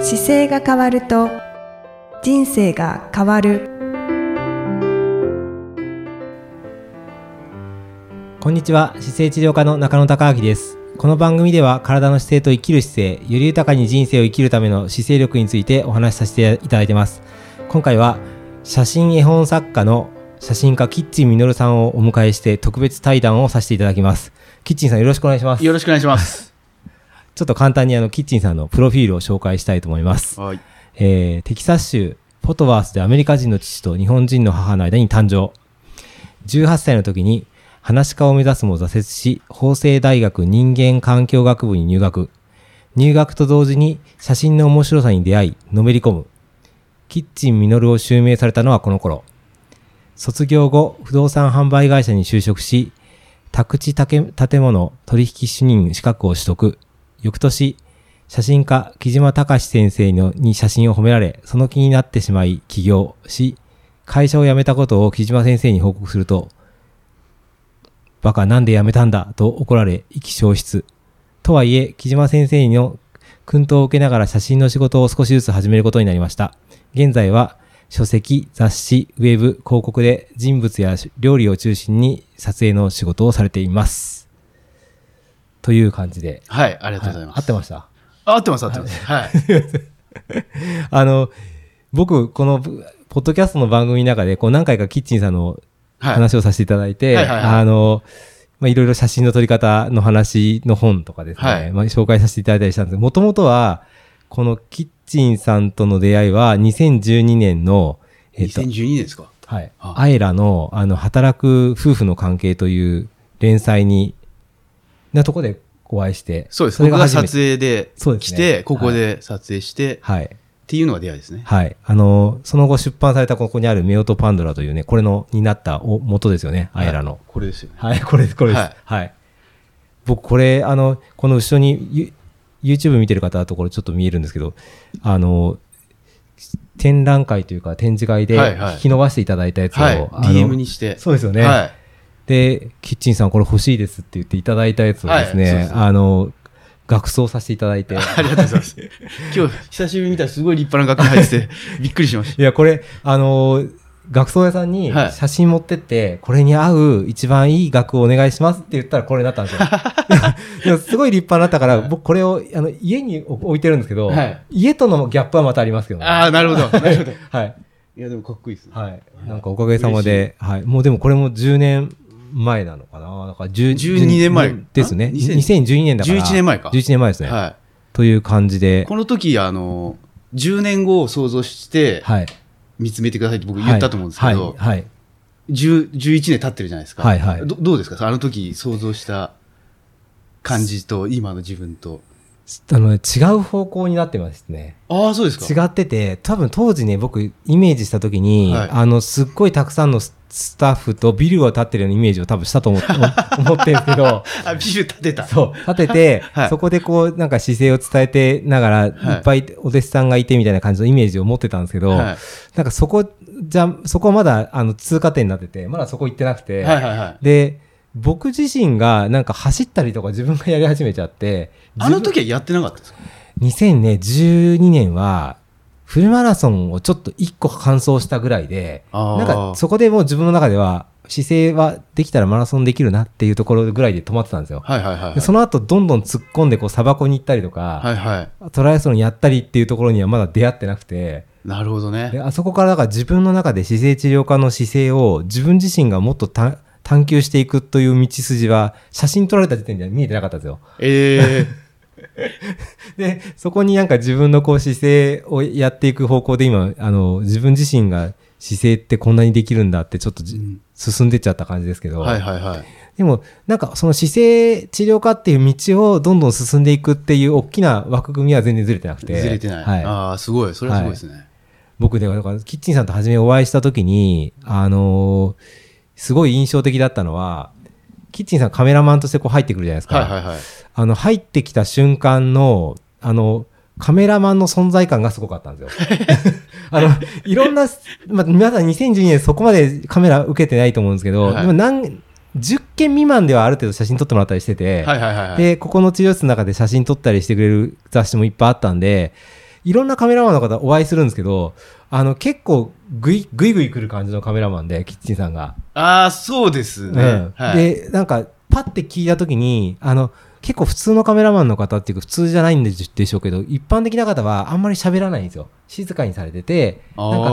姿勢が変わると人生が変わるこんにちは姿勢治療科の中野孝明ですこの番組では体の姿勢と生きる姿勢より豊かに人生を生きるための姿勢力についてお話しさせていただいてます今回は写真絵本作家の写真家キッチン実さんをお迎えして特別対談をさせていただきますキッチンさんよろしくお願いしますよろしくお願いします。ちょっと簡単にあのキッチンさんのプロフィールを紹介したいと思いますはい。えーテキサス州ポトワースでアメリカ人の父と日本人の母の間に誕生。18歳の時に話し家を目指すも挫折し、法政大学人間環境学部に入学。入学と同時に写真の面白さに出会い、のめり込む。キッチンミノルを襲名されたのはこの頃。卒業後、不動産販売会社に就職し、宅地建物取引主任資格を取得。翌年、写真家、木島隆先生のに写真を褒められ、その気になってしまい起業し、会社を辞めたことを木島先生に報告すると、バカなんで辞めたんだと怒られ、意気消失。とはいえ、木島先生の訓導を受けながら写真の仕事を少しずつ始めることになりました。現在は、書籍、雑誌、ウェブ、広告で人物や料理を中心に撮影の仕事をされています。という感じで。はい、ありがとうございます。合ってましたあ合ってます、合ってます。はい。 あの、僕、この、ポッドキャストの番組の中で、こう何回かキッチンさんのはい。話をさせていただいて、はいはいはいはいあの、まあ、いろいろ写真の撮り方の話の本とかですね、はいまあ、紹介させていただいたりしたんですけど、もともとは、このキッチンさんとの出会いは、2012年の、えっと、 2012年ですかはい、あアエラの、あの、働く夫婦の関係という連載に、なとこでお会いして、そうです。れ僕が初め撮て影でそうです来ねて、ここで撮影して、っはい。ていうのが出会いですね。はい。あの、その後出版されたここにあるメオトパンドラというね、これの、になったお元ですよね、アイラのはい。これですよね。はい、これです、これです。はいはい。僕、これ、あの、この後ろにユ YouTube 見てる方だとこれちょっと見えるんですけど、あの、展覧会というか展示会ではいはい引き伸ばしていただいたやつを、はい。あの DM にして。そうですよね。はで、キッチンさんこれ欲しいですって言っていただいたやつをですね、はいそうですあの、学装させていただいてい。。ありがとうござ います。今日、久しぶりに見たらすごい立派な楽器入ってて、びっくりし ましいや、これ、あのー学装屋さんにはい写真持ってって、これに合う一番いい額をお願いしますって言ったらこれだ ったんですよ。いやすごい立派になったから、僕これをあの家に置いてるんですけど、はい家とのギャップはまたありますけどた。ね。ああ、なるほど。なるほど。いはい。や、でもかっこいいですね。はい。なんかおかげさまで、はい。もうでもこれも10年前なのかな。だから10 12年前ですね。あ2000 2012年だから。 11年前か11年前ですね。はという感じい。で。この時、あの、10年後を想像して、はい。見つめてくださいって僕言ったと思うんですけど、はい。はい。 10 11年経ってるじゃないですか。はいはいどどうですかあの時想像した感じと、今の自分と。あの、違う方向になってますね。ああ、そうですか。違ってて多分当時ね僕イメージした時に、はいあのすっごいたくさんのススタッフとビルが建ってるようなイメージを多分したと思 っ思ってるんですけどあ、ビル立てた。そう建てて、はいそこでこうなんか姿勢を伝えてながら、い、はいっぱいお弟子さんがいてみたいな感じのイメージを持ってたんですけど、はなんかそこじゃそこまだあの通過点になっててまだそこ行ってなくて、い、はいはいはい。で僕自身がなんか走ったりとか自分がやり始めちゃってあの時はやってなかったですか2012年は、フルマラソンをちょっと1個完走したぐらいで、あーなんかそこでもう自分の中では、姿勢はできたらマラソンできるなっていうところぐらいで止まってたんですよ。はいはいはい。でその後どんどん突っ込んでこう砂漠に行ったりとはか、いはい。トライアスロンやったりっていうところにはまだ出会ってなくて、なるほどでね。あそこからだから自分の中で姿勢治療科の姿勢を自分自身がもっとた探求していくという道筋は写真撮られた時点では見えてなかったんですよ。 えで、そこになんか自分のこう姿勢をやっていく方向で今、あの、自分自身が姿勢ってこんなにできるんだってちょっとじ、うん進んでっちゃった感じですけー、ど、はいはいはい。でもなんかその姿勢治療科っていう道をどんどん進んでいくっていう大きな枠組みは全然ずれてなくて、ずれてない。はい、ああ、すごい。それはすごいですね。僕ではだからキッチンさんと初めお会いした時にあのーすごい印象的だったのはキッチンさんカメラマンとしてこう入ってくるじゃないですか、はいはいはい。あの、入ってきた瞬間の、あの、カメラマンの存在感がすごかったんです よ。あの、いろんな、まあ、皆さん2012年そこまでカメラ受けてないと思うんですけど、はいでも何、10件未満ではある程度写真撮ってもらったりしてて、はいはいはいはい。で、ここの治療室の中で写真撮ったりしてくれる雑誌もいっぱいあったんで、いろんなカメラマンの方お会いするんですけど、あの、結構グイ、グイグイ来る感じのカメラマンで、キッチンさんが。ああ、そうですね。うんはい、で、なんか、パッて聞いたときに、あの、結構普通のカメラマンの方っていうか、普通じゃないんでしょうけど、一般的な方はあんまり喋らないんですよ。静かにされてて、あーなんか、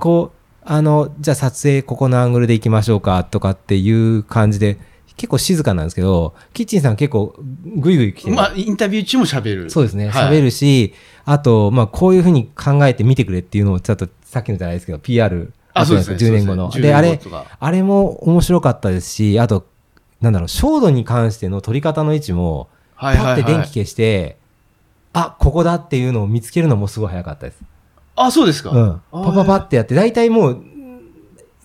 こう、あの、じゃあ撮影ここのアングルで行きましょうか、とかっていう感じで、結構静かなんですけど、キッチンさん結構グイグイ来てる。まあ、インタビュー中も喋る。そうですね。はい喋るし、あと、まあ、こういうふうに考えてみてくれっていうのを、ちょっとさっきのじゃないですけど、PR。あ、そうですね。 10年後の。そうで、あれす、ね10年後とかあれも面白かったですし、あと、なんだろう、照度に関しての取り方の位置も、はいパはッてい電は気い。消して、あ、ここだっていうのを見つけるのもすごい早かったです。あ、そうですか。うん。あーパパパってやって、大体もう、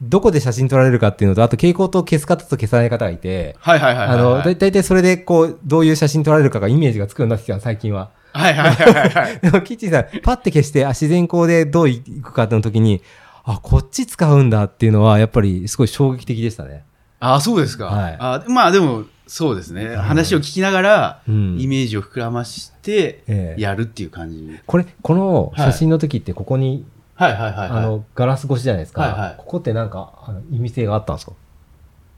どこで写真撮られるかっていうのと、あと蛍光灯消す方と消さない方がいて、はいはいはいはあいはい。の、だ大体それでこう、どういう写真撮られるかがイメージがつくようになってきたの最近は。はいはいはいはい。でも、キッチンさん、パッて消して、あ、自然光でどういくかっての時に、あ、こっち使うんだっていうのは、やっぱりすごい衝撃的でしたね。あ、そうですか。はいあまあでも、そうですね。話を聞きながら、うんイメージを膨らまして、ええやるっていう感じ。これ、この写真の時って、ここに、はいはいはい、あはい。の、ガラス越しじゃないですか。はいはいここってなんか、あの意味性があったんですか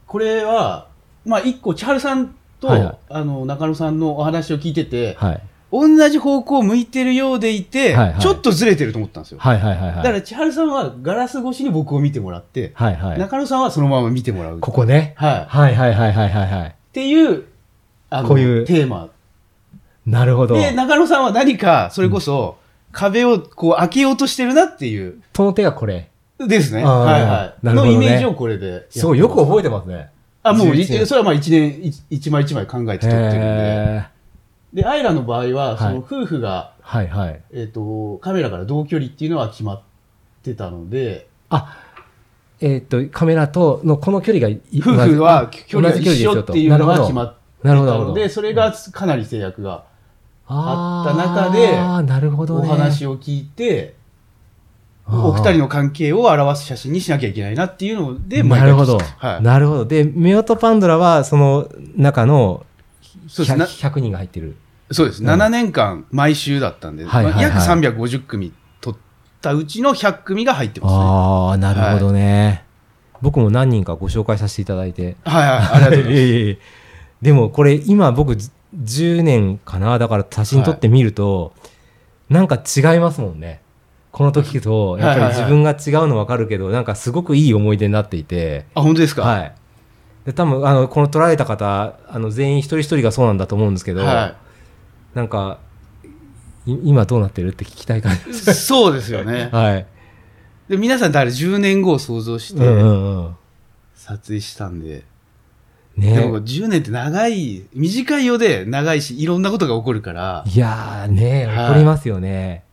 これは、まあ一個、千春さんと、はいはいあの、中野さんのお話を聞いてて、はい。同じ方向を向いてるようでいて、はいはいちょっとずれてると思ったんですよ。はいはいはいはい。だから千春さんはガラス越しに僕を見てもらって、はいはい。中野さんはそのまま見てもらう。ここね。はい。っはいはいはいはいはいはい。ていう、あのこういうテーマ。なるほど。で、中野さんは何か、それこそ、壁をこう開けようとしてるなっていう、その手がこれ。ですね。あーはいはい。なるほどねのイメージをこれで。すごいよく覚えてますね。あ、もう、い11年それはまあ一年、い一枚一枚考えて撮ってるんで。へーで、アイラの場合は、そはいの夫婦が、はいはい。えっと、カメラから同距離っていうのは決まってたので、あ、えーっと、カメラとのこの距離がい、夫婦同はじ距離が同じ距離です一緒よっとていうのが決まってなたるほど、なるほのど。で、それがかなり制約が、あーあった中でなるほどおね。話を聞いて、あーお二人の関係を表す写真にしなきゃいけないなっていうので、毎な回るほど、はい。なるほど。で、メオトパンドラは、その中のそうです100な人が入ってる。そうです。うん7年間、毎週だったんで、はいはいはいまあ約350組撮ったうちの100組が入ってますね。ああ、なるほどね、僕も何人かご紹介させていただいて。はいはい、ありがとうございます。ええええでもこれ、今僕、じ10年かな、だから写真撮ってみると、なんか違いますもんね。この時と、やっぱり自分が違うの分かるけど、なんかすごくいい思い出になっていて。あ、本当ですかはい。で多分あのこの撮られた方あの全員一人一人がそうなんだと思うんですけど、はなんかい今どうなってるって聞きたい感じ い。そうです よね。はい。で皆さん、だから10年後を想像しうんうてんうん。撮影したんで、でねも10年って長い、短いようで長いし、いろんなことが起こるから、いやーねはい怒りますよね。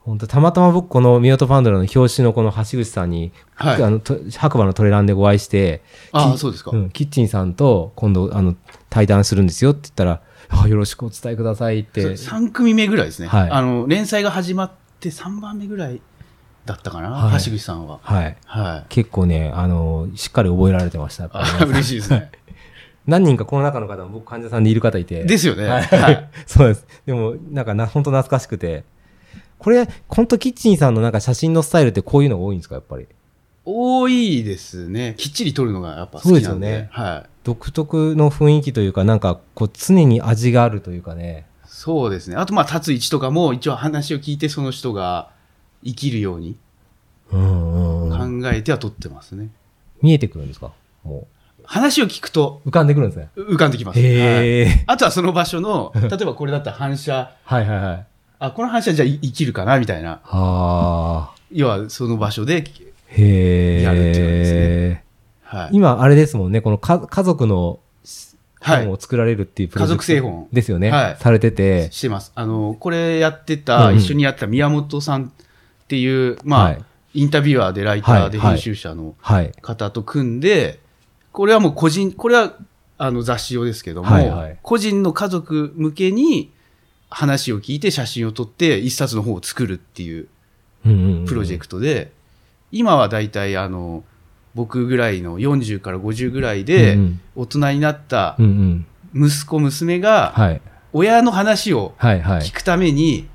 本当たまたま僕このミオトパンドラの表紙のこの橋口さんに、はいあのと白馬のトレランでお会いして、あきそうですか。うん、キッチンさんと今度あの対談するんですよって言ったら、あよろしくお伝えくださいって。 3組目ぐらいですね、はいあの連載が始まって3番目ぐらいだったかな、はい橋口さんは。はい。はい、結構ね、あの、しっかり覚えられてました。やっぱりね あ嬉しいですね。何人かこの中の方も僕患者さんでいる方いて。ですよね。はいはい、 そうです。でも、なんかな、本当懐かしくて。これ、ほんとキッチンさんのなんか写真のスタイルってこういうのが多いんですか、やっぱり。多いですね、きっちり撮るのがやっぱ好きなそうんですで、よねはい、独特の雰囲気というか、なんか、こう、常に味があるというかね。そうですね、あと、まあ、立つ位置とかも一応話を聞いて、その人が生きるようにうんうん考うん。えては撮ってますね。見えてくるんですかも話を聞くとう、浮かんでくるんですね。浮かんできます、はいへえ。あとはその場 所の、例えばこれだったら反射、はいはいはい。あこの反射じゃあ生きるかなみたいな、あー。要はその場所で、へえ。やるっていうのですねはい、今、あれですもんね、このか家族のはい本を作られるっていうプロジェクト家族製本ですよね。はいされてて。してます。あの、これやってた、うん一緒にやってた宮本さんっていう、まあ、はいインタビュアーでライターではい編集者のはい。方と組んで、これはもう個人、これはあの雑誌用ですけども、はいはい個人の家族向けに話を聞いて写真を撮って一冊の本を作るっていうププロジェト。クトで、今はだいたいあの、僕ぐらいの40から50ぐらいでうんうん大人になったうんうん。息子娘がはい。親の話をはいはい聞。くために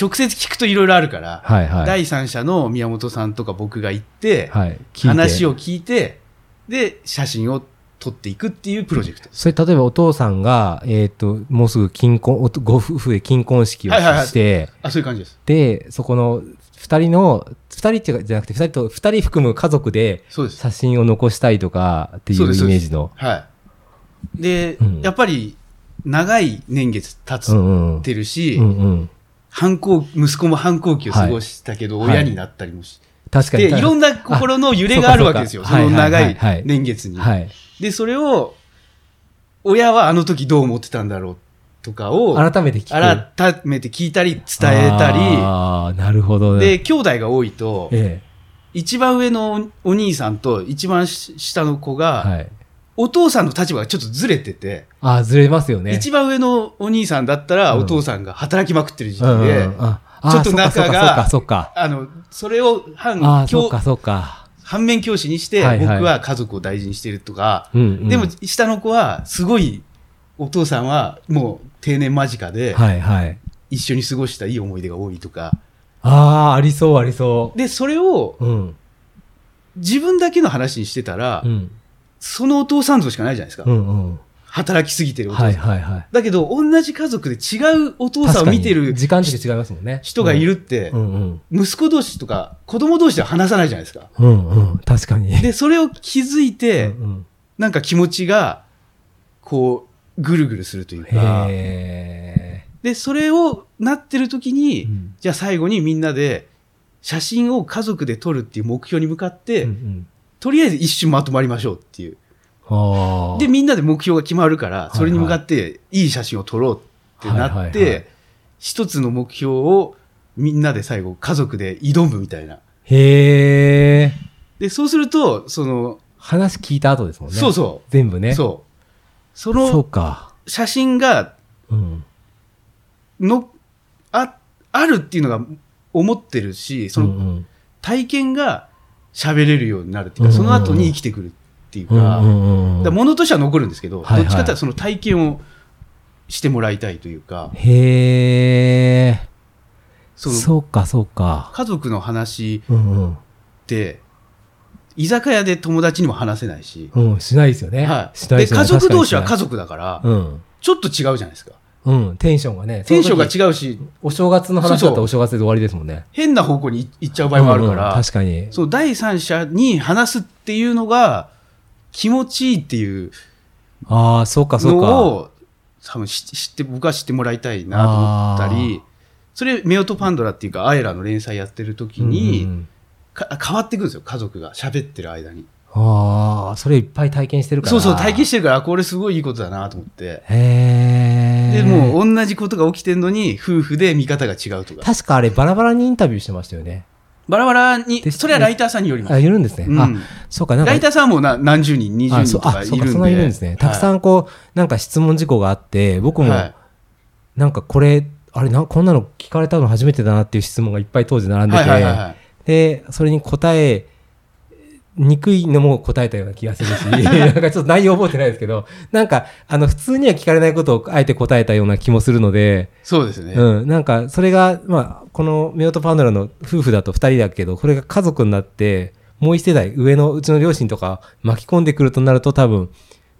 直接聞くといろいろあるから、はいはい。第三者の宮本さんとか僕が行って、はい。聞いて話を聞いて、で、写真を撮っていくっていうプロジェクト。それ例えばお父さんが、えっ、と、もうすぐ金婚、おとご夫婦で金婚式をはいはいはいして、あ、そういう感じです。で、そこの二人の、二人っていうかじゃなくて、二人と、二人含む家族でそうです。写真を残したいとかっていそううですイそうメでーすジの。はい。で、うんやっぱり、長い年月経うつんうんうんっ。てるし、うんうん。反抗、息子も反抗期を過ごしたけど、はい親になったりもし確かて、に。い、ろんな心の揺れがあるわけですよ。あそそうかそうのか長はいはいはいはいい年月に。はい。で、それを、親はあの時どう思ってたんだろうとかを、改めて聞く。改めて聞いたり、伝えたり、ああ、なるほどね。で、兄弟が多いと、ええ。一番上のお兄さんと一番し下の子が、はい。お父さんの立場がちょっとずれてて、ああ、ずれますよね。一番上のお兄さんだったら、うんお父さんが働きまくってる時期うんうんで、うんああちょっと仲がそっかあの、それそをっかそっか。あ反あ、そっ教かそっか。反面教師にして、はいはい僕は家族を大事にしてるとか、うんうんでも、下の子は、すごい、お父さんはもう定年間近で、はいはい。一緒に過ごしたいい思い出が多いとか、ああ、ありそうありそで、それをう。うん。自分だけの話にしてたら、うん。そのお父さん像しかないじゃないですか。うんうん。働きすぎてるお父さん。はいはいはい。だけど、同じ家族で違うお父さんを見て確かるに時間って違いますもんね。人がいるってう、ん。うん息子同士とか子供同士では話さないじゃないですか。うん。うんうん。確かに。で、それを気づいて、うんうんなんか気持ちが、こう、ぐるぐるするというか、へで、それをなってる時え。に、うんじゃあ最後にみんなで、写真を家族で撮るっていう目標に向かって、うんうんとりあえず一瞬まとまりましょうっていう。ああ。で、みんなで目標が決まるからは、いそれに向かっていい写真を撮ろうってはいなっはいはいて、一つの目標をみんなで最後、家族で挑むみたいな。へえ。で、そうすると、その、話聞いた後ですもんね。そうそ全部う、ね。そう。そそうのか。写真が、うん。の、あ、あるっていうのが思ってるし、そうんのうん体験が喋れるようになるっていううんか、その後に生きてくるっていううか、んうんうんだから物としては残るんですけど、はいはいどっちかっていうとその体験をしてもらいたいというか、へえ。そのそうか、そうか。家族の話うんって、居酒屋で友達にも話せないし、うん。うん、しないですよね。はい、しないでしない家族同士は家確族だから、かにしないちょっと違うじゃないですか。うん。うん。テンションがね。テンションがその時違うし、お正月の話だそっうたそらうお正月で終わりですもんね。変な方向に行っちゃう場合もあるから、うんうん確かに。そう第三者に話すっていうのが気持ちいいっていうああ、そうか、そうのか。を多分知知って僕は知ってもらいたいなと思ったりそれ「メオトパンドラ」っていうかアイラの連載やってる時うに、んうんうんか変わってくるんですよ家族が喋ってる間にああ、それいっぱい体験してるから。。そうそう体験しててるからあこれすごいいいことだなと思ってへえ。でもう同じことが起きてるのに夫婦で見方が違うとか確かあれ、バラバラにインタビューしてましたよね。バラバラにでそれはライターさんによりますあ、いるんですね。うんあ、そうか、なんか。ライターさんはもうな何十人20あ、人そうとかあいそうるか、そんんなでいるんですね。たくさんこう、なんか質問事項があって、僕はいもはいなんかこれ、あれな、こんなの聞かれたの初めてだなっていう質問がいっぱい当時並んではいはいはいて、はいで、それに答えにくいのも答えたような気がする し、なんかちょっと内容覚えてないですけど、なんか、あの、普通には聞かれないことをあえて答えたような気もするので、そうですね、うん、なんか、それが、まあ、このメオトパンドラの夫婦だと2人だけど、これが家族になって、もう一世代、上のうちの両親とか巻き込んでくるとなると、多分、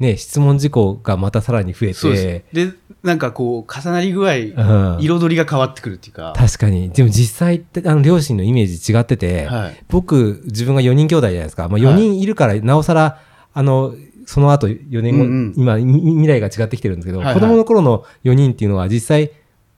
ね、質問事項がまたさらに増えそうでて、す。で、なんかこう、重なり具合、うん彩りが変わってくるっていうか、確かに。でも実際って、あの、両親のイメージ違ってて、はい。僕、自分が4人兄弟じゃないですか。まあ、4人いるから、なおさら、あの、その後4年後、うんうん今、み未来が違ってきてるんですけど、はいはい子供の頃の4人っていうのは実際、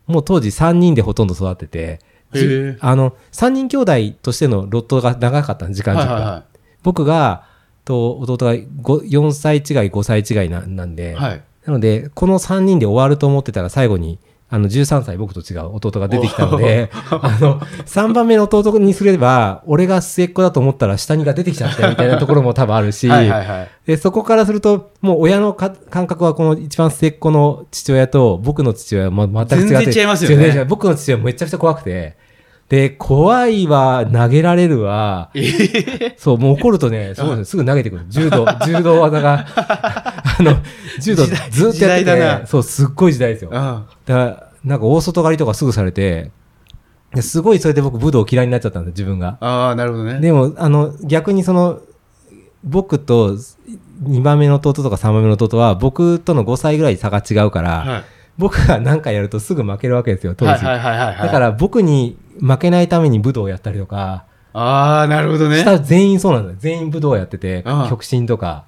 もう当時3人でほとんど育ってて、じへーあの、3人兄弟としてのロットが長かったんです時間はい軸が。はいは僕が、と、弟がご4歳違い、5歳違いななんで、い。はい。なので、この3人で終わると思ってたら最後に、あの、13歳僕と違う弟が出てきたので、 あの、3番目の弟にすれば、俺が末っ子だと思ったら下にが出てきちゃったみたいなところも多分あるし、はいはいはい。で、そこからすると、もう親のか感覚はこの一番末っ子の父親と僕の父親はま全く違って。全然違いますよね全然違う僕の父親めちゃくちゃ怖くて、で、怖いは投げられるは、そう、もう怒るとね、そうですすぐ投げてくる。柔 道、柔道技が、 あの、柔道ずっとやってて代時代だなそう、すっごい時代ですよ。だかあら、なんか大外刈りとかすぐされて、ですごいそれで僕武道嫌いになっちゃったんです自分が。ああ、なるほどね。でもあの逆にその僕と2番目の弟とか3番目の弟は僕との5歳ぐらい差が違うから、はい僕が何かやるとすぐ負けるわけですよ当時、はいはいはいはいはい。だから僕に負けないために武道をやったりとか、ああ、なるほどね。下全員そうなんだよ全員武道をやっててああ極真とか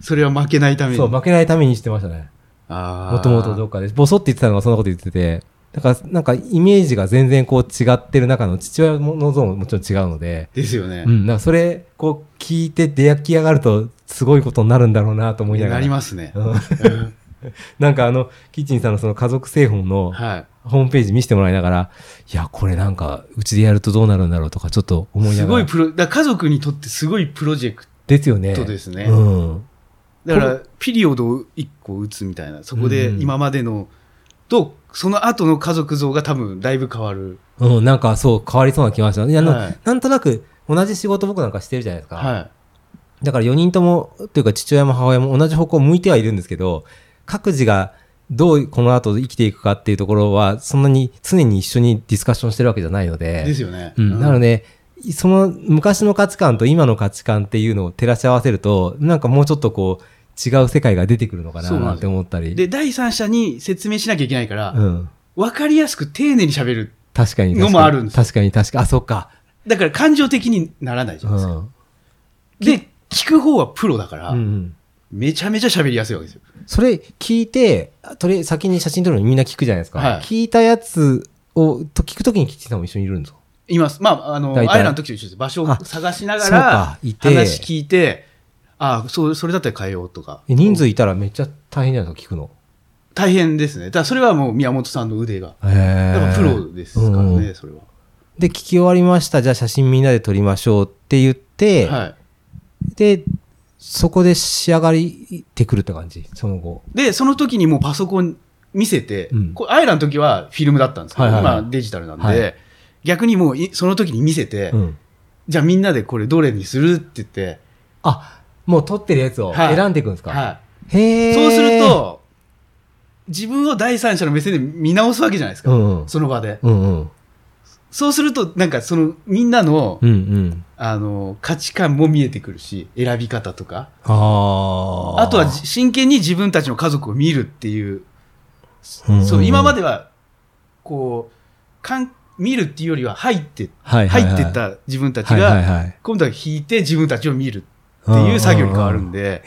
それは負けないために。そう負けないためにしてましたねああ。もともとどっかでボソって言ってたのがそんなこと言っててだからなんかイメージが全然こう違ってる中の父親の像ももちろん違うのでですよねう。ん、だからそれこう聞いて出焼き上がるとすごいことになるんだろうなと思いながらなりますね。うんなんかあのキッチンさんのその家族製本のはい。ホームページ見せてもらいながらいやこれなんかうちでやるとどうなるんだろうとかちょっと思いすなごがいらプロ、だから家族にとってすごいプロジェクですよねトですねうん、ト。だから、ピリオドを一個打つみたいな。そこでうん今までの、と、その後の家族像が多分だいぶ変わる。うん、なんかそう変わりそうな気がしたいやあのはいなんとなく同じ仕事僕なんかしてるじゃないですか、はだから4人ともというか父親も母親も同じ方向を向いてはいるんですけど各自がどうこの後生きていくかっていうところはそんなに常に一緒にディスカッションしてるわけじゃないのい。でですよね。うん、なのでその昔の価値観と今の価値観っていうのを照らし合わせるとなんかもうちょっとこう違う世界が出てくるのかなそうななんでんすて思ったりで、第三者に説明しなきゃいけないから、うん、分かりやすく丁寧に喋る。確かにの確もあかるんでにす確かに確かにあそっか、だから感情的にならないじゃうないですか。んで、聞く方はプロだから、うんうん、めちゃめちゃ喋りやすいわけですよ。それ聞いて、とりあえず先に写真撮るのにみんな聞くじゃないですか。はい聞いたやつをと聞くときにキッチンさんも一緒にいるんですかいます。まあ、あの、大体アイラの時と一緒です。場所をあ探しながそうらか、いて話聞いて、ああ、そう、それだったら変えようとか。え人数いたらめっちゃ大変じゃないですか、聞くの。大変ですね。だからそれはもう宮本さんの腕が。へーだからプロですからうんうね、んそれは。で、聞き終わりました。じゃあ写真みんなで撮りましょうって言って、はい。で、そこで仕上がりってくるって感じ、その後。で、その時にもうパソコン見せて、うんこれアイラの時はフィルムだったんですけど、はいはいはい今デジタルなんで、はい逆にもういその時に見せて、うんじゃあみんなでこれどれにするって言って、あ、もう撮ってるやつをはい選んでいくんですか、はへい、ーそうする、と、自分を第三者の目線で見直すわけじゃないですうか、んうん。その場で。うんうん。そうすると、なんかそのみんなの,、うんうん。あの価値観も見えてくるし、選び方とか、ああ。あとはじ真剣に自分たちの家族を見るっていう、うんうんそう今まではこうかん見るっていうよりは入って入入ってった自分たちはいがはいはい、今度は引いて自分たちを見るってうんうんうんいう作業に変わるんで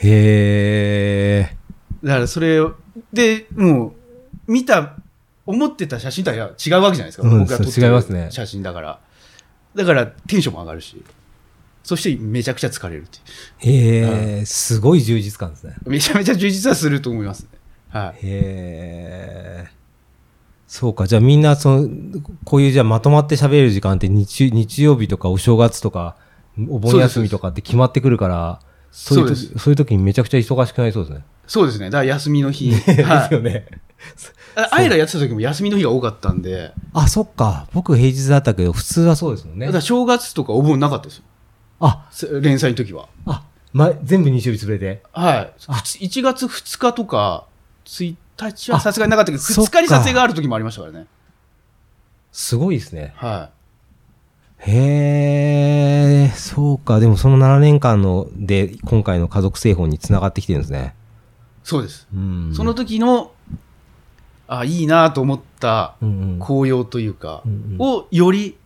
へえ。だからそれをでもう見た思ってた写真とは違うわけじゃないですか、うん僕が撮ってそう違いますねる写真だから、だからテンションも上がるしそしてめちゃくちゃ疲れるっていへえ、すごい充実感ですね。うめちゃめちゃ充実はすると思いますねはいへえ。そうか、じゃあみんな、その、こういうじゃあまとまって喋れる時間って日日曜日とかお正月とか、お盆休みとかって決まってくるから、そういうで時すそうそういう時にめちゃくちゃ忙しくなりそうですね。そうですねだから休みの日です はいよね。あアイラやってた時も休みの日が多かったんであ、そっか。僕平日だったけど、普通はそうですもんねだか。ら正月とかお盆なかったですよあ、せ連載の時はあ、ま、全部日曜日潰れて。はい。ふつ1月2日とか、1日はさすがになかったけど、2日にそっか撮影がある時もありましたからね。すごいですね。はへえ、そうか。でもその7年間ので、今回の家族製法につながってきてるんですね。い。そうです。うん。その、時の、あ、いいなと思ったうんうん、紅葉というかう、んうんをより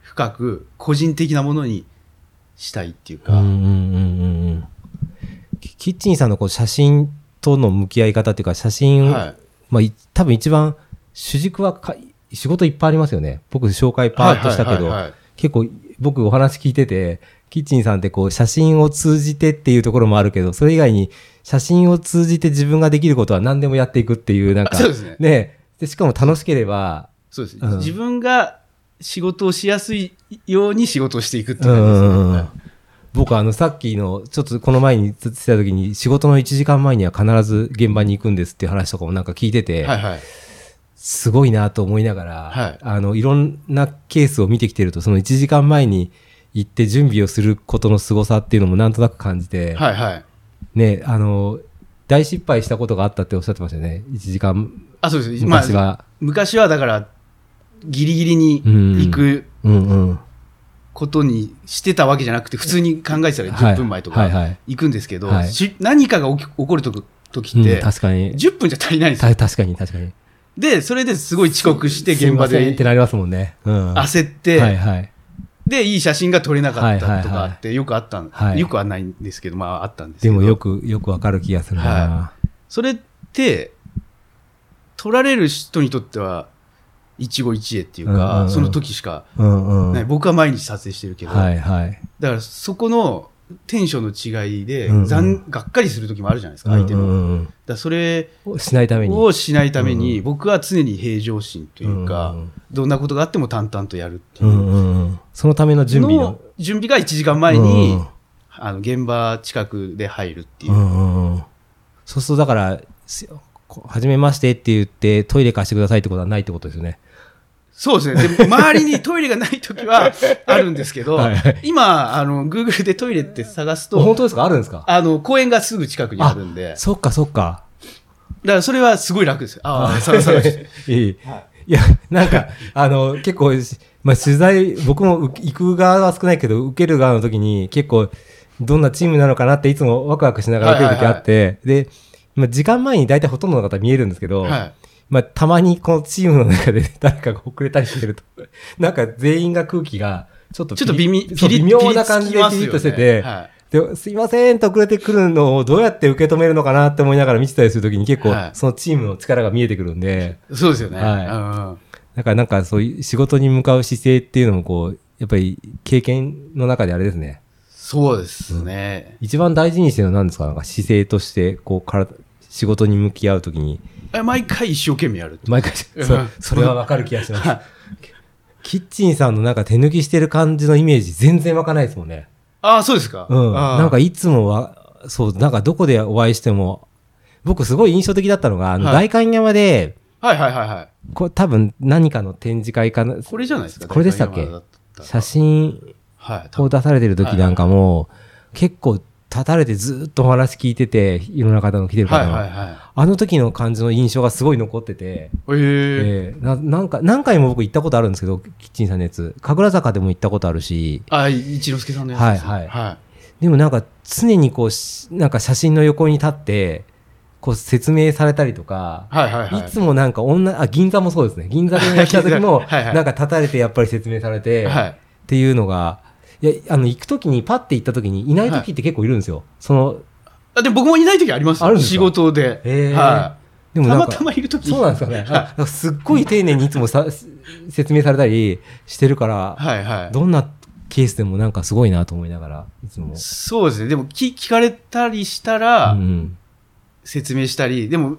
深く個人的なものにしたいっていううんうか、んうんうんうん。キキッチンさんのこう写真との向き合い方っていうか、写真、はい。まあい多分一番主軸はか仕事いっぱいありますよね。僕紹介パーッとしたけど、はいはいはいはい結構僕お話聞いてて、キッチンさんってこう写真を通じてっていうところもあるけど、それ以外に写真を通じて自分ができることは何でもやっていくっていうなんあか、そうですね。ねで、しかも楽しければ、そうです。うん自分が仕事をしやすいように仕事をしていくっていうう感じですねん、はい僕あのさっきの、ちょっとこの前につってた時に、仕事の1時間前には必ず現場に行くんですっていう話とかもなんか聞いてて、はいはい。すごいなと思いながら、はいあの、いろんなケースを見てきてると、その1時間前に行って準備をすることの凄さっていうのもなんとなく感じて、はいはい。ね、あの、大失敗したことがあったっておっしゃってましたよね。1時間あ、そうです。まあ昔は。昔はだからギリギリに行くうんうん。ことにしてたわけじゃなくて、普通に考えてたらはい10分前とはいかはい。行くんですけど、はいし何かが起き起こるとき時っうんて、確かに。 10分じゃ足りないんですよ。た確かに、確かに。で、それですごい遅刻してすい現ま場せんっでてなりますもんね。うん。焦っはいて、はい。で、いい写真が撮れなかっはいはいはたいとかあって、よくあったんは、いよくはないんですけど、まああったんですけでど。もよく、よくわかる気がするなは。それって、撮られる人にとっては、一期一会っていううんうんうか、んその時しかうんうない。ん。僕は毎日撮影してるけど、はいはい。だからそこのテンションの違いで、うんうん残がっかりする時もあるじゃないですか、相手うんも。だかうんらそれうんしないために。をしないために、う僕は常に平常心というか、うんうんどんなことがあっても淡々とやるっていうう。んうんうん。そのための準備の。準備が1時間前に、うんあの現場近くで入るっていうう。んうんうん。そうすると、だから、すこはじめましてって言って、トイレ貸してくださいってことはないってことですよね。そうですね。で、周りにトイレがない時 はあるんですけど、はいはい今、あの、Google でトイレって探す本と、当ですかあるんですかあの、公園がすぐ近くにあるんで、そっかそっか。だからそれはすごい楽です。ああ、探探し て。いい。いや、なんか、あの、結構、まあ、取材、僕もう行く側は少ないけど、受ける側の時に、結構、どんなチームなのかなっていつもワクワクしながら受ける時あって、で、まあ、時間前に大体ほとんどの方見えるんですけど、はい。まあ、たまにこのチームの中で 誰かが遅れたりしてると、なんか全員が空気が、ちょっとちょっと微みそうピリ微ッ妙な感じでピリッつきますピリよねッとしてて、はですいませんと遅れてくるのをどうやって受け止めるのかなって思いながら見てたりするときに結構はいそのチームの力が見えてくるんで、い。そうですよね。はいうんうんだからなんかそういう仕事に向かう姿勢っていうのもこう、やっぱり経験の中であれですね。そうですね。一番大事にしてるのは何ですかなんか姿勢として、こう、から仕事に向き合うときに、え毎回一生懸命やる。毎回、うんそそれはわかる気がし ます。キッチンさんのなんか手抜きしてる感じのイメージ全然湧かないですもんね。ああ、そうですか。うん。ああなんか、いつもは、そう、なんかどこでお会いしても、僕すごい印象的だったのが、あの、はい代官山で、はいはいはいはい。こう多分何かの展示会かな、これじゃないですか。これでしたっけ大体山田だたら写真はい。多を分出されてる時なんかも、結構立たれてずっとお話聞いてて、いろんな方の来てる方はの、いはいはあの時の感じの印象がすごい残ってて、い。ええ。えーななんか何回も僕行ったことあるんですけど、キッチンさんのやつ。神楽坂でも行ったことあるし、あ、一之輔さんのやつですね。はいはいはでもなんか常にこうし、なんか写真の横に立って、こう説明されたりとか、い。はいはいはいいつもなんか女、あ、銀座もそうですね。銀座で来た時も、 はいはいなんか立たれてやっぱり説明されて、はい。っていうのが、いや、あの、行くときに、パって行ったときに、いないときって結構いるんですよ。その、あでも僕もいない時ありますよあるんですか仕事で。へえはでい。もたなんまか、たまいる時そうなんですかね。あはなんかすっごい丁寧にいつもさ 説明されたりしてるから、いはい。どんなケースでもなんかすごいなと思いながら、いつも。そうですね。でもき聞かれたりしたら、うん。説明したり、でも、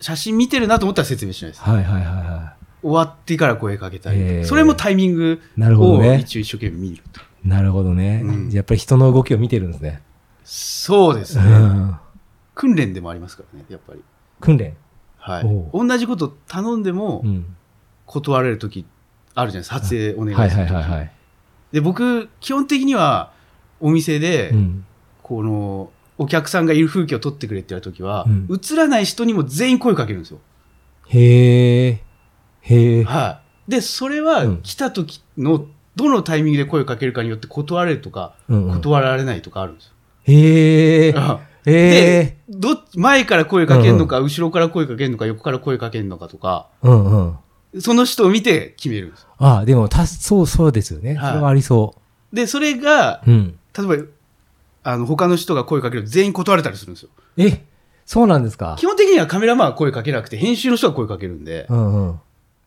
写真見てるなと思ったら説明しないです。はいはいはいは終わってから声かけたりとかへえそれもタイミングい。なるほどをね。一応一生懸命見ると。なるほどね、うんやっぱり人の動きを見てるんですね。そうですうね。ん。訓練でもありますからね、やっぱり。訓練。はい。お同じこと頼んでもうん。断られる時あるじゃないですか。撮影お願はいいすはいる時はいはい。で、僕、基本的にはお店で、うん。この、お客さんがいる風景を撮ってくれって言われた時は、うん映らない人にも全員声かけるんですよ。へえ。へえ。はい。で、それうはん来た時の、どのタイミングで声をかけるかによって断られるとか、うんうん断られないとかあるんですよ。へえ。へえで。どっ前から声かけるのか、後ろから声かけるのか、横から声かけるのかとか、うんうん。その人を見て決めるんですよ。あでも、た、そう、そうですよね。はいそれはありそで、それが、う。うん。例えば、あの、他の人が声かけると全員断れたりするんですよ。え、そうなんですか基。本的にはカメラマンは声かけなくて、編集の人が声かけるんで、うんうん。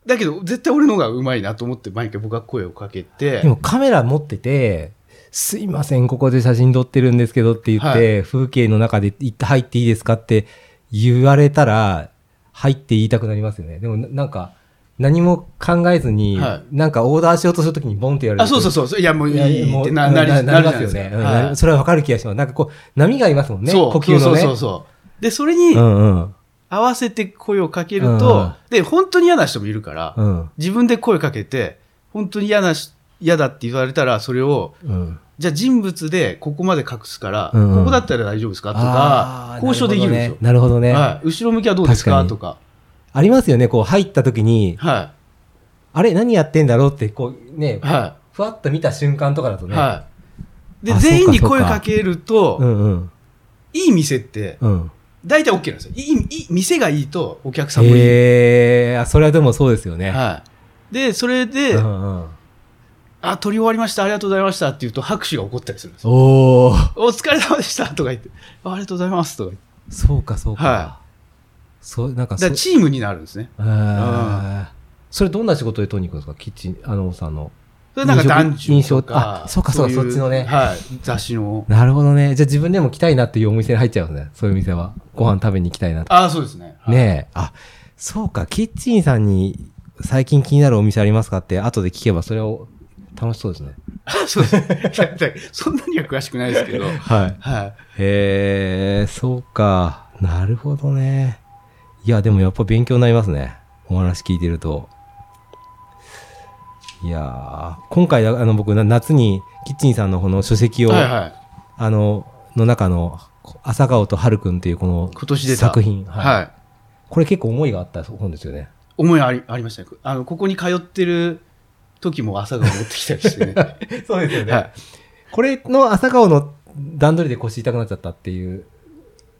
だけど、絶対俺の方がうまいなと思って、毎回僕が声をかけてで、もカメラ持ってて、すいません、ここで写真撮ってるんですけどって言って、はい風景の中でい入っていいですかって言われたら、入って言いたくなりますよね。でもな、なんか、何も考えずに、はなんかオーダーしようとするときにボンって言われるあ、そうそうそそうそう、いや、もういいやいやいもってうなななりなななるりじゃまないすでよね、すか。うんはいなそれはわかる気がします。なんかこう、波がいますもんね。そう呼吸のね。そうそうそうそう。で、それにうんうん。合わせて声をかけるうと、んで、本当に嫌な人もいるから、うん。自分で声かけて、本当に嫌なし、嫌だって言われたら、それを、うん。じゃあ人物でここまで隠すから、うんうんここだったら大丈夫ですかとあか、ー交渉できるんですよ。なるほどね。なるほどねはい、後ろ向きはどうです確かかにとか。ありますよね、こう入った時に、はあれ何やってんだろうって、こうね、はふわっと見た瞬間とかだとい。ね、はい。で、あ全員にそうかそう声かかけると、うんうん。いい店って、うん。大体 OK なんですよ。いい、いい、店がいいと、お客さんもいへい。えー、あそれはでもそうですよね。はい。で、それで、うんうん、あ、撮り終わりました、ありがとうございましたって言うと拍手が起こったりするんですよ。おお、お疲れ様でしたとか言って、あありがとうございますとか言って。そうかそうか。はそうなんかだそからチームになるんですね。あーそれどんな仕事で取りに行くんですかキッチン、あの、さんの。それなんか男印女象とあか。そうかそうかいそっちのねはい。雑誌の。なるほどね。じゃあ自分でも来たいなっていうお店に入っちゃうんですね。そういう店は。ご飯食べに行きたいなとか。ああ、そうですね。はいねえ。あ、そうか。キッチンさんに最近気になるお店ありますかって後で聞けばそれを楽しそうですね。 そうですね。だってそんなには詳しくないです けど。はい。はい。へえ、そうか。なるほどね。いや、でもやっぱ勉強になりますね。お話聞いてると。いやー、今回、あの、僕、な夏に、キッチンさんのこの書籍を、はいはい。あの、の中の、朝顔と春くんっていうこの今年出た。作品、はい。いこれ結構思いがあった本ですよ ね。思いありありましたね。あの、ここに通ってる時も朝が持ってきたりしてね。はそうですよい。これの朝顔の段取りで腰痛くなっちゃったっていう。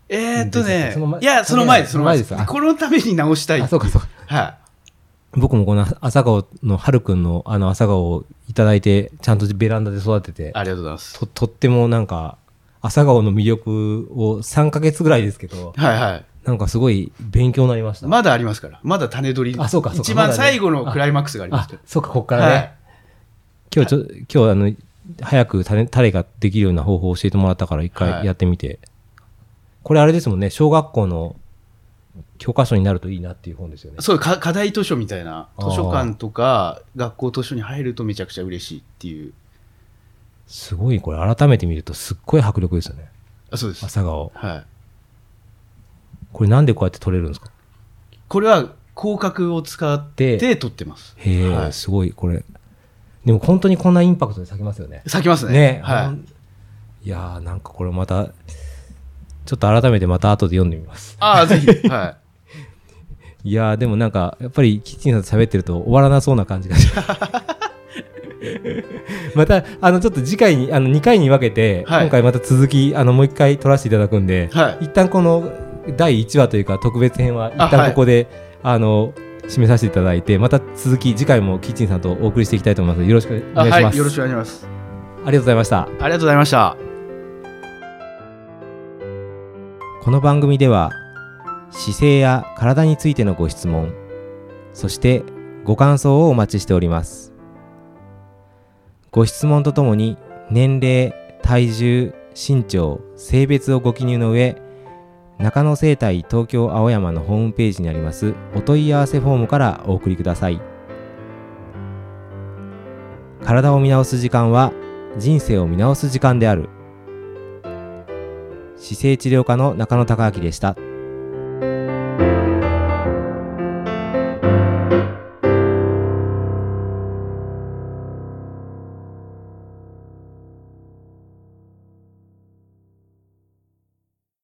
えー、っとねその前、いや、その前です、その前ですその前ですか。このために直したいあ、。そうか、そうか。はい。僕もこの朝顔の春くんのあの朝顔をいただいてちゃんとベランダで育ててありがとうございます。ととってもなんか朝顔の魅力を3ヶ月ぐらいですけどはいはい。なんかすごい勉強になりました、まだありますから。まだ種取り。あそうかそうか一ま番だね最後のクライマックスがありまあすから。そうかこっからね、はい今日ちょ今日あの早くタレタレができるような方法を教えてもらったから一は回いやってみて、これあれですもんね小学校の教科書になるといいなっていう本ですよねそうか、課題図書みたいな。あー図書館とか、学校図書に入るとめちゃくちゃ嬉しいっていう。すごいこれ改めて見るとすっごい迫力ですよねあ、そうです。朝顔はい。これなんでこうやって撮れるんですかこれは、広角を使ってで取ってます。へえ、はいすごい、これ。でも本当にこんなインパクトで咲きますよね。咲きますね。ね、。はいいやー、なんかこれまた、ちょっと改めてまた後で読んでみます い。。ああ、ぜひ。はい。いやー、でもなんか、やっぱりキッチンさんと喋ってると終わらなそうな感じがし ます。また、あの、ちょっと次回に、あの、2回に分けて、はい今回また続き、あの、もう1回撮らせていただくんで、はい。一旦この第1話というか特別編は一あ旦はいここであ、の締めさせていただいてまた続き次回もキッチンさんとお送りしていきたいと思いますよろしくおあ願いはします、い。よろしくお願いします。ありがとうございましたありがとうございました。この番組では姿勢や体についてのご質問そしてご感想をお待ちしておりますご質問とともに年齢体重身長性別をご記入の上中野生態東京青山のホームページにありますお問い合わせフォームからお送りください体を見直す時間は人生を見直す時間である姿勢治療科の中野孝明でした。